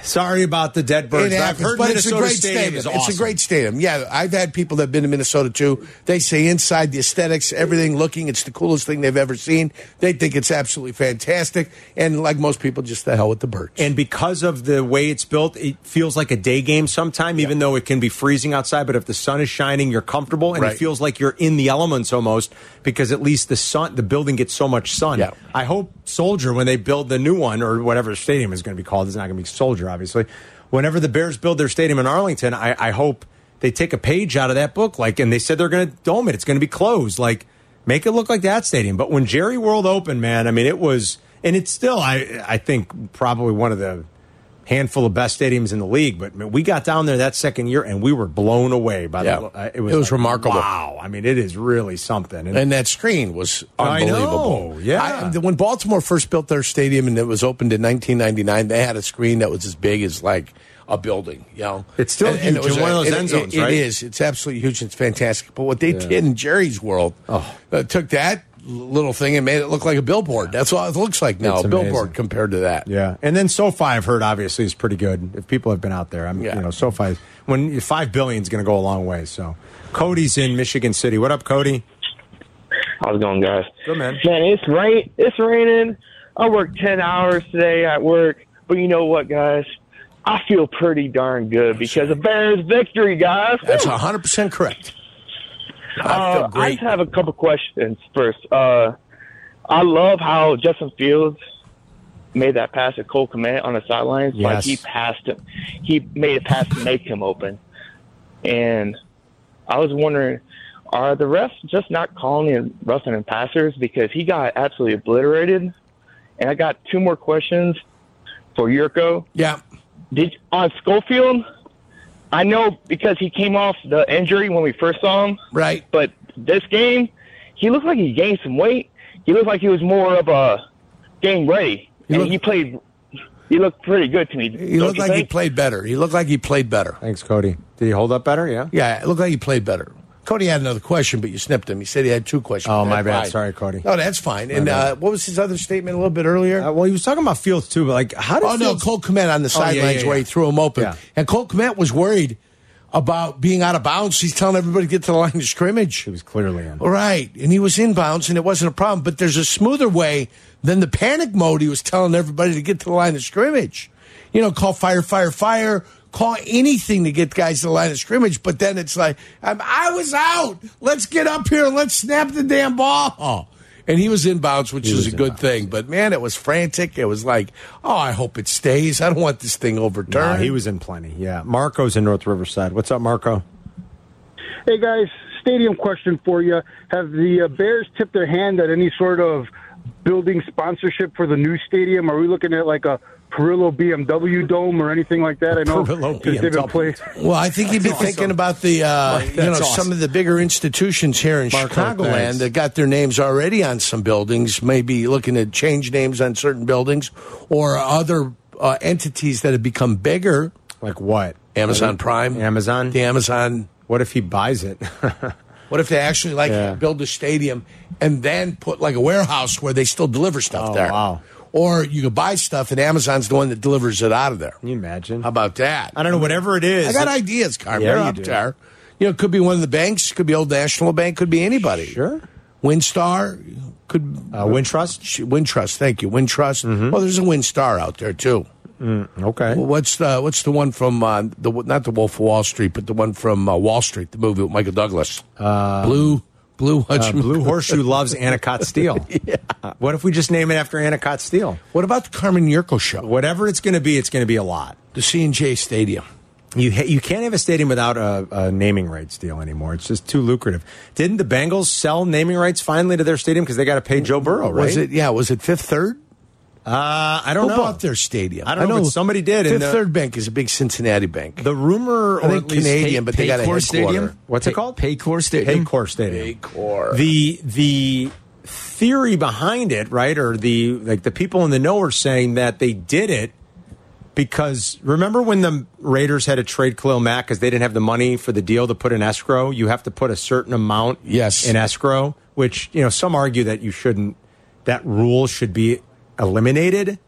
sorry about the dead birds. It but I've happens, heard but it's a Minnesota great stadium stadium. is It's awesome. a great stadium. Yeah, I've had people that've been to Minnesota too. They say inside the aesthetics, everything looking, it's the coolest thing they've ever seen. They think it's absolutely fantastic, and like most people, just the hell with the birds. And because of the way it's built, it feels like a day game sometime, even though it can be freezing outside. But if the sun is shining, you're comfortable, and it Right. feels like you're in the elements almost because at least the sun, the building gets so much sun. Yeah. I hope Soldier, when they build the new one or whatever the stadium is going to be called, it's not going to be Soldier, obviously. Whenever the Bears build their stadium in Arlington, I, I hope they take a page out of that book. Like, and they said they're going to dome it. It's going to be closed. Like, make it look like that stadium. But when Jerry World opened, man, I mean, it was, and it's still, I, I think, probably one of the handful of best stadiums in the league. But man, we got down there that second year, and we were blown away by Yeah. the. uh, It was, It was like, remarkable. Wow, I mean, it is really something. And- And that screen was I know, unbelievable. yeah. I- when Baltimore first built their stadium and it was opened in 1999, they had a screen that was as big as like a building. You know, It's still and, huge in one of those end zones, it- right? It is. It's absolutely huge. and It's fantastic. But what they did in Jerry's world Oh. uh, took that little thing and made it look like a billboard. That's all it looks like now. It's a amazing. billboard compared to that. Yeah, and then SoFi I've heard obviously is pretty good. If people have been out there, I'm Yeah. you know SoFi when five billion is going to go a long way. So Cody's in Michigan City. What up, Cody? How's it going, guys? Good man. Man, it's rain. It's raining. I worked ten hours today at work, but you know what, guys? I feel pretty darn good because of Bears victory, guys. That's 100 percent correct. I feel Uh, I great. just have a couple questions first. Uh, I love how Justin Fields made that pass to Cole Komet on the sidelines. Like Yes. he passed him, he made a pass to make him open. And I was wondering, are the refs just not calling him roughing and passers because he got absolutely obliterated? And I got two more questions for Yurko. Yeah. Did on Schofield? I know because he came off the injury when we first saw him. Right. But this game, he looked like he gained some weight. He looked like he was more of a game ready. and he played. He looked pretty good to me. He looked like he played better. He looked like he played better. Thanks, Cody. Did he hold up better? Yeah. Yeah, it looked like he played better. Cody had another question, but you snipped him. He said he had two questions. Oh, That's my bad. fine. Sorry, Cody. No, that's fine. My and bad. Uh, uh, what was his other statement a little bit earlier? well, he was talking about Fields too, but like, how did Oh no, Fields- Cole Komet on the Oh, yeah, sidelines yeah, where yeah. he threw him open, Yeah. and Cole Komet was worried about being out of bounds. He's telling everybody to get to the line of scrimmage. He was clearly in. Right, and he was inbounds, and it wasn't a problem. But there's a smoother way than the panic mode. He was telling everybody to get to the line of scrimmage. You know, call fire, fire, fire. Call anything to get guys to the line of scrimmage. But then it's like, I'm, I was out. Let's get up here and let's snap the damn ball. And he was inbounds, which is a good thing. But man, it was frantic. It was like, oh, I hope it stays. I don't want this thing Nah, overturned. he was in plenty. Yeah. Marco's in North Riverside. What's up, Marco? Hey guys, stadium question for you. Have the uh, Bears tipped their hand at any sort of building sponsorship for the new stadium? Are we looking at like a Perillo BMW dome or anything like that? I know Perillo since they've been BMW. playing- Well, I think he'd be That's awesome. thinking about the uh, Mark, you know that's some awesome. of the bigger institutions here in Marco, Chicagoland thanks. that got their names already on some buildings, maybe looking to change names on certain buildings or other uh, entities that have become bigger. Like what? Amazon Prime, Amazon, the Amazon. What if he buys it? what if they actually like Yeah. build a stadium and then put like a warehouse where they still deliver stuff there? Oh, Wow. Or you could buy stuff and Amazon's the one that delivers it out of there. Can you imagine? How about that? I don't know, whatever it is. I got ideas, Carmen. Yeah, They're you up do. there. You know, it could be one of the banks, could be Old National Bank, could be anybody. Sure. Windstar, could. Uh, Wintrust? Mm-hmm. Wintrust, thank you. Wintrust. Well, there's a Windstar out there, too. Mm, okay. Well, what's the what's the one from uh, the not the Wolf of Wall Street, but the one from uh, Wall Street, the movie with Michael Douglas? Uh, Blue Blue uh, Hutchman. Blue Horseshoe loves Anacott Steel. Uh, What if we just name it after Anacott Steel? What about the Carmen Yurko show? Whatever it's going to be, it's going to be a lot. The C and J Stadium. You ha- you can't have a stadium without a, a naming rights deal anymore. It's just too lucrative. Didn't the Bengals sell naming rights finally to their stadium because they got to pay Joe Burrow? Right? Was it? Yeah, was it Fifth Third? Uh, I don't Who know. bought their stadium? I don't know, but somebody did, and Fifth the- Third Bank is a big Cincinnati bank. The rumor, I think Canadian, but they got a headquarter. What's it called? Paycor Stadium. Paycor Stadium. Paycor. The the theory behind it, right, or the like the people in the know are saying that they did it because remember when the Raiders had to trade Khalil Mack because they didn't have the money for the deal to put in escrow? You have to put a certain amount Yes. in escrow, which you know some argue that you shouldn't. That rule should be eliminated.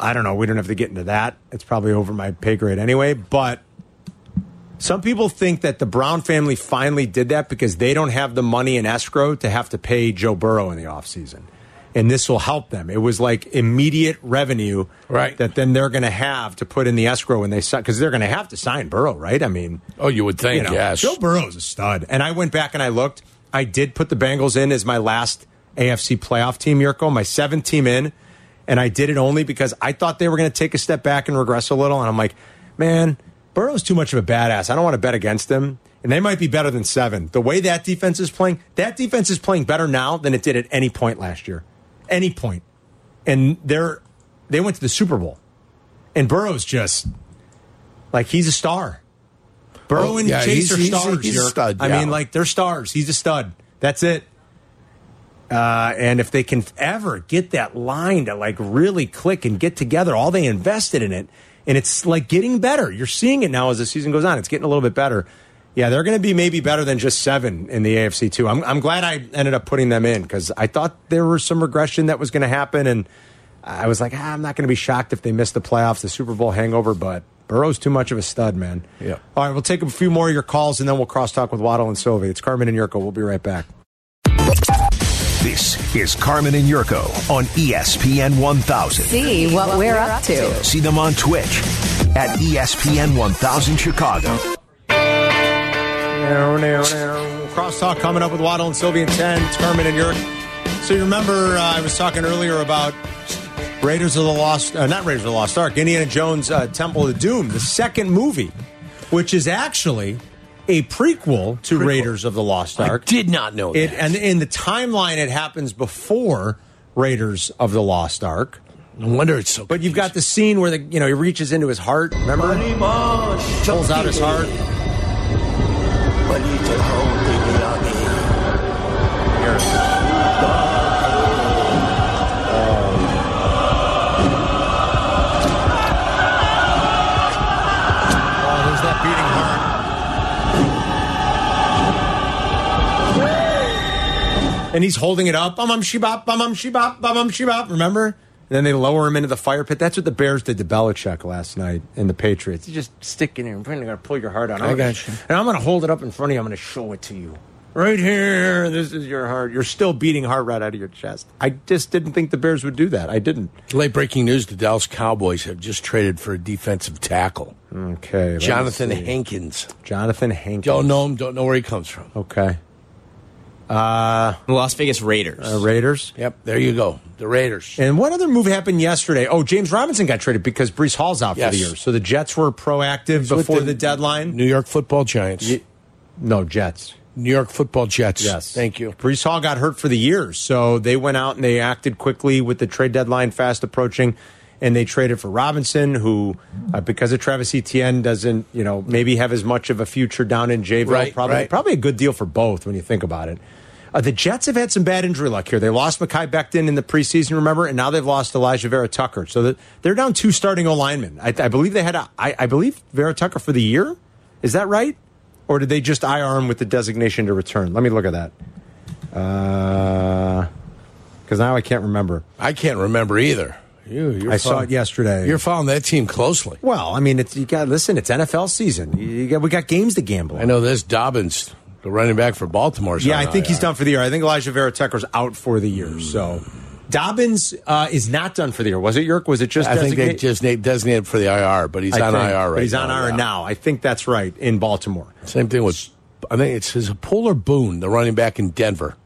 I don't know. We don't have to get into that. It's probably over my pay grade anyway. But some people think that the Brown family finally did that because they don't have the money in escrow to have to pay Joe Burrow in the offseason. And this will help them. It was like immediate revenue right. that then they're going to have to put in the escrow when they sign, because they're going to have to sign Burrow, right? I mean, Oh, you would think, you know, yes. Joe Burrow's a stud. And I went back and I looked. I did put the Bengals in as my last AFC playoff team, Yurko, my seventh team in. And I did it only because I thought they were going to take a step back and regress a little. And I'm like, man, Burrow's too much of a badass. I don't want to bet against him. And they might be better than seven. The way that defense is playing, that defense is playing better now than it did at any point last year. Any point. And they're they went to the Super Bowl. And Burrow's just like he's a star. Burrow Oh, and yeah, Chase he's- are he's- stars. he's a Yerk. stud, I yeah. mean, like they're stars. He's a stud. That's it. Uh, and if they can ever get that line to like really click and get together, all they invested in it, and it's like getting better. You're seeing it now as the season goes on. It's getting a little bit better. Yeah, they're going to be maybe better than just seven in the AFC too. I'm I'm glad I ended up putting them in because I thought there was some regression that was going to happen, and I was like, ah, I'm not going to be shocked if they miss the playoffs, the Super Bowl hangover, but Burrow's too much of a stud, man. Yeah. All right, we'll take a few more of your calls and then we'll crosstalk with Waddle and Sylvie. It's Carmen and Yurko. We'll be right back. This is Carmen and Yurko on E ESPN 1000. See what we're up to. See them on Twitch at E ESPN 1000 Chicago. Now, now, now. Crosstalk coming up with Waddle and Sylvie in 10. It's Carmen and Yurk. So you remember uh, I was talking earlier about Raiders of the Lost, uh, not Raiders of the Lost Ark, Indiana Jones uh, Temple of Doom, the second movie, which is actually a prequel to Raiders of the Lost Ark. Did not know It, that. and in the timeline, it happens before Raiders of the Lost Ark. No wonder it's so. But you've got the scene where the you know he reaches into his heart. Remember, pulls out his heart. Oh, there's that beating heart. and he's holding it up. Bum bum shibop, bum bum shibop, bum bum shibop. Remember? And then they lower him into the fire pit. That's what the Bears did to Belichick last night and the Patriots. You just stick in there. I'm going to pull your heart out. I got you. And I'm going to hold it up in front of you. I'm going to show it to you. Right here. This is your heart. You're still beating heart right out of your chest. I just didn't think the Bears would do that. I didn't. Late breaking news: The Dallas Cowboys have just traded for a defensive tackle, Okay. let's Jonathan see. Hankins. Jonathan Hankins. Don't know him. Don't know where he comes from. Okay. Uh, The Las Vegas Raiders. uh, Raiders. Yep, there you go. The Raiders. And what other move happened yesterday? Oh, James Robinson got traded because Brees Hall's out Yes. for the year. So the Jets were proactive with before the- the, deadline. New York Football Giants. No, Jets. New York Football Jets. Yes. Thank you. Brees Hall got hurt for the year. So they went out and they acted quickly with the trade deadline fast approaching. And they traded for Robinson, who, uh, because of Travis Etienne, doesn't, you know, maybe have as much of a future down in Jayville. Right, probably, right. probably a good deal for both when you think about it. Uh, the Jets have had some bad injury luck here. They lost Makai Becton in the preseason, remember, and now they've lost Elijah Vera Tucker. So that they're down two starting O linemen. I, I believe they had, a, I, I believe Vera Tucker for the year. Is that right? Or did they just IR him with the designation to return? Let me look at that. Because Uh, now I can't remember. I can't remember either. You, you're I saw following- it yesterday. You're following that team closely. well, I mean, it's, you got listen. It's NFL season. You- you got- we got games to gamble. I know this Dobbins, the running back for Baltimore. Yeah, I think he's done for the year. I think Elijah Vera Tucker's out for the year. So Dobbins uh, is not done for the year. Was it Yerk? Was it just? I think they designate- just na- designated for the IR, but he's I on think, IR right but he's on now. IR yeah. now. I think that's right in Baltimore. Same thing with, I think it's his Polar Boone, the running back in Denver.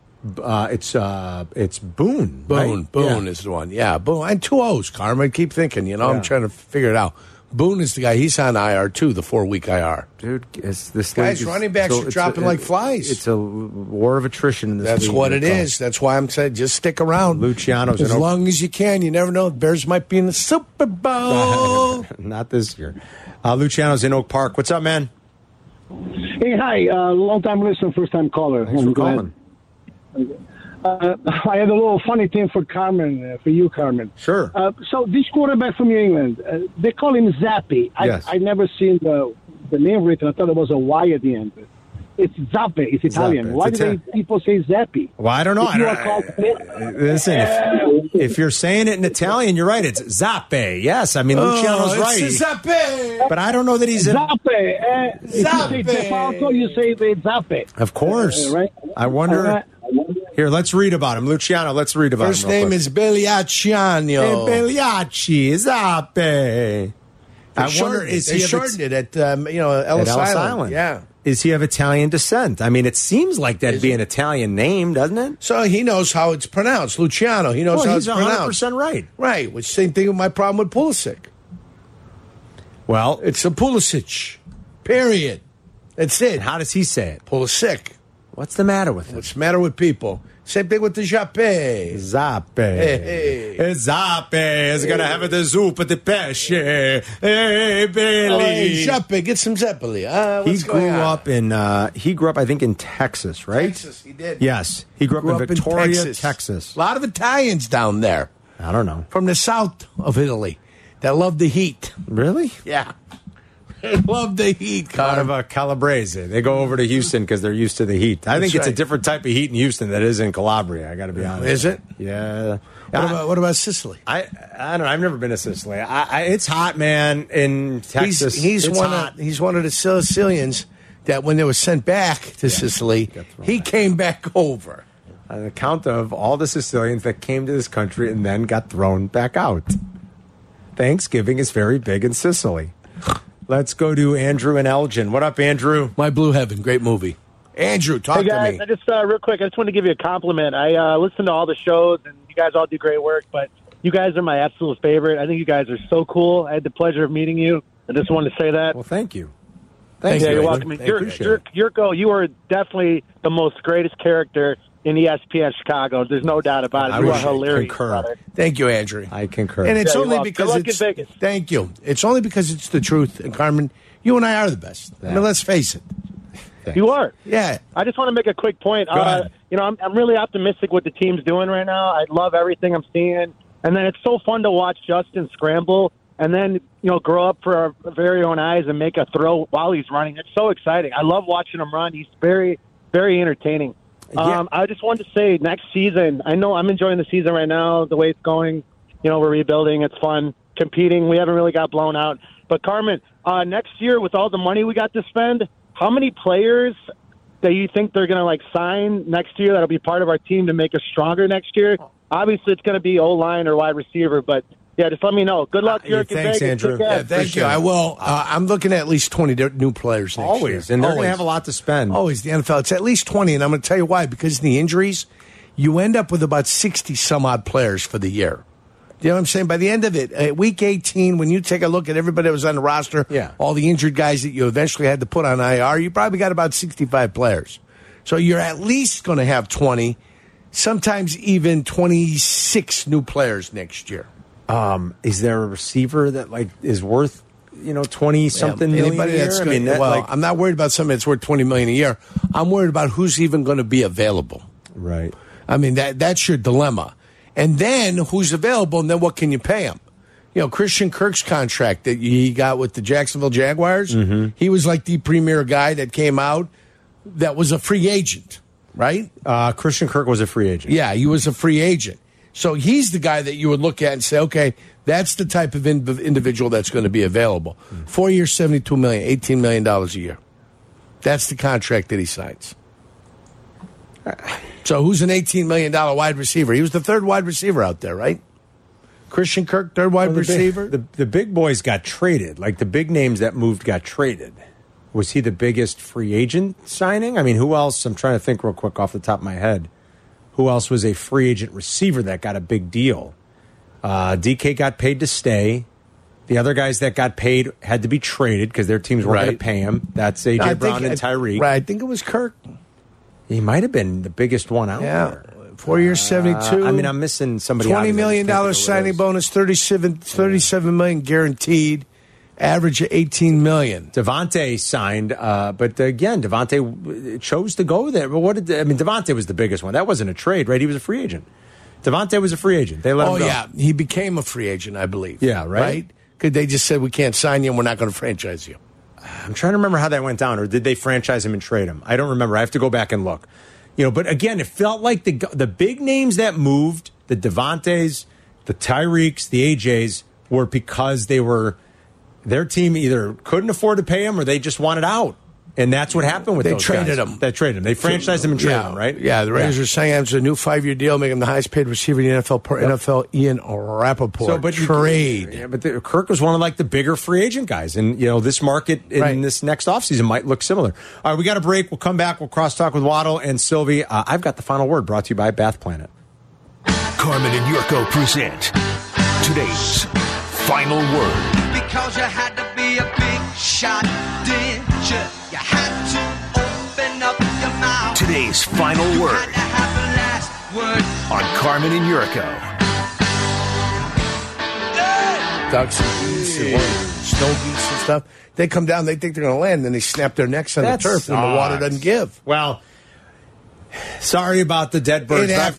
Uh, it's uh, it's Boone. Boone, right? Boone Yeah. is the one. Yeah, Boone. And two O's, Carmen. I keep thinking, you know, Yeah. I'm trying to figure it out. Boone is the guy. He's on IR too, the four week IR. dude. It's, this Guys, league is- running backs are it's dropping a- like flies. It's a war of attrition. In this That's league. what it It's all- is. That's why I'm saying just stick around. Luciano's as an- long as you can. You never know. The Bears might be in the Super Bowl. Not this year. Uh, Luciano's in Oak Park. What's up, man? Hey, hi. Uh, long time listener, first time caller. Thanks for Um, go ahead. calling. Uh, I had a little funny thing for Carmen, uh, for you, Carmen. Sure. Uh, so this quarterback from New England, uh, they call him Zappy. I, Yes. I never seen the the name written. I thought it was a Y at the end. It's Zappe. It's Italian. Zappe. Why It's do Italian. they, people say Zappy? Well, I don't know. If I you don't- are called- Uh, Listen, if, if you're saying it in Italian, you're right. It's Zappe. Yes, I mean Luciano's Oh, right. it's Zappe. but I don't know that he's in. Zappe. Uh, if you say Zappe. DeFalco, you say they Zappe. Of course. Uh, right. I wonder. Uh, Here, let's read about him. Luciano, let's read about First him. real name quick. is Belliacciano. Eh, Belliacci, Zappe. They I wonder, shortened it. is they he of shortened it at um, you know Ellis, at Ellis Island. Island. Yeah. Is he of Italian descent? I mean, it seems like that'd be an Italian name, doesn't it? So he knows how it's pronounced. Luciano, he knows Well, how he's it's pronounced. 100% right. Right, which same thing with my problem with Pulisic. Well, It's a Pulisic. Period. That's it. and how does he say it? Pulisic. What's the matter with him? What's the matter with people? Same thing with the Jappe. Zappe. Hey, hey. Zappe is going to have the soup, the pesce. Hey, Oh, hey, Billy. Jappe, get some Zeppeli. Uh, he what's grew going on? up in, uh, he grew up, I think, in Texas, right? Texas, he did. Yes. He grew up Grew in Victoria, Texas. A lot of Italians down there I don't know. from the south of Italy that love the heat. Really? Yeah. love the heat, Out Carmen. of uh, Calabrese. They go over to Houston because they're used to the heat. I think That's it's a right. different type of heat in Houston that is in Calabria. I got to be honest. Is it? Yeah. What I- about, what about Sicily? I I don't know. I've never been to Sicily. I, I it's hot, man, in Texas. He's, he's It's one. hot. Of, he's one of the Sicilians that when they were sent back to Sicily, got thrown he came back over. on account of all the Sicilians that came to this country and then got thrown back out. Thanksgiving is very big in Sicily. Let's go to Andrew and Elgin. What up, Andrew? My Blue Heaven, great movie. Andrew, talk Hey to guys, me. I just uh, real quick, I just want to give you a compliment. I uh, listen to all the shows, and you guys all do great work. But you guys are my absolute favorite. I think you guys are so cool. I had the pleasure of meeting you. I just wanted to say that. Well, thank you. Thank yeah, you, you're Andrew. welcome. Thank Yur- you. Yur- Yurko, you are definitely the most greatest character in E ESPN Chicago. There's no doubt about it. I you are would hilarious. concur. Thank you, Andrew. I concur. And it's Yeah, you're only welcome. Good because luck in it's thank you. It's only because it's the truth, and Carmen, you and I are the best. I mean, let's face it. You are. Yeah. I just want to make a quick point. Go Uh, ahead. you know, I'm, I'm really optimistic what the team's doing right now. I love everything I'm seeing. And then it's so fun to watch Justin scramble and then, you know, grow up for our very own eyes and make a throw while he's running. It's so exciting. I love watching him run. He's very, very entertaining. Um, I just wanted to say next season, I know I'm enjoying the season right now, the way it's going. You know, we're rebuilding. It's fun competing. We haven't really got blown out. But Carmen, uh, next year with all the money we got to spend, how many players that you think they're going to like sign next year that'll be part of our team to make us stronger next year? Obviously, it's going to be O line or wide receiver, but yeah, just let me know. Good luck, Yurk. and Vegas. Kick Uh, ass. Yeah, thank you. I will. Uh, I'm looking at at least 20 di- new players next Always, year. and they're going to have a lot to spend. Always the NFL. It's at least 20, and I'm going to tell you why. Because of the injuries, you end up with about 60 some odd players for the year. You know what I'm saying? By the end of it, at week 18, when you take a look at everybody that was on the roster, yeah. all the injured guys that you eventually had to put on IR, you probably got about 65 players. So you're at least going to have 20, sometimes even 26 new players next year. Um, is there a receiver that like is worth you know twenty something Yeah, million? anybody a year? that's I gonna- mean, that, well, like, I'm not worried about something that's worth twenty million a year. I'm worried about who's even going to be available. Right. I mean that that's your dilemma, and then who's available, and then what can you pay him? You know, Christian Kirk's contract that he got with the Jacksonville Jaguars. Mm-hmm. He was like the premier guy that came out that was a free agent, right? Uh, Christian Kirk was a free agent. Yeah, he was a free agent. So he's the guy that you would look at and say, okay, that's the type of in- individual that's going to be available. Mm. Four years, $72 million, $18 million a year. That's the contract that he signs. So who's an $18 million wide receiver? He was the third wide receiver out there, right? Christian Kirk, third wide Well, the big- receiver. the the big boys got traded. Like the big names that moved got traded. Was he the biggest free agent signing? I mean, who else? I'm trying to think real quick off the top of my head. Who else was a free agent receiver that got a big deal? Uh, DK got paid to stay. The other guys that got paid had to be traded because their teams weren't going Right. to pay him. That's AJ No, I think- Brown and I- Tyreek. Right, I think it was Kirk. He might have been the biggest one out Yeah. there. Four years, seventy-two. Uh, I mean, I'm missing somebody. Twenty obvious. million dollar signing bonus, 37, 37 million guaranteed, average of eighteen million. Devontae signed, uh, but again, Devontae w- chose to go there. But what did I mean? Devontae was the biggest one. That wasn't a trade, right? He was a free agent. Devontae was a free agent. They let oh him go. yeah, he became a free agent, I believe. Yeah, right? Because they just said we can't sign you, and we're not going to franchise you. I'm trying to remember how that went down, or did they franchise him and trade him? I don't remember. I have to go back and look. You know, but again, it felt like the the big names that moved, the Devontae's, the Tyreeks, the AJ's, were because they were their team either couldn't afford to pay him or they just wanted out, and that's what happened with They those traded guys. him. They traded him. They franchised him and traded yeah, him, right? Yeah, the Raiders are signing him to a new five year deal, making him the highest paid receiver in the NFL. Per NFL Ian Rappaport. So, but you- trade. yeah, but the, Kirk was one of like the bigger free agent guys, and you know this market in this next offseason might look similar. All right, we got a break. We'll come back. We'll crosstalk with Waddle and Sylvie. Uh, I've got the final word. Brought to you by Bath Planet. Carmen and Yurko present today's final word. Because you had to be a big shot, did you? You had to open up your mouth. Today's final word Have the last word. on Carmen and Yurko. ducks and geese and what- snow geese and stuff. They come down, they think they're going to land, then they snap their necks on That the turf, and the water sucks. doesn't give. Well, sorry about the dead birds. It I've- happened.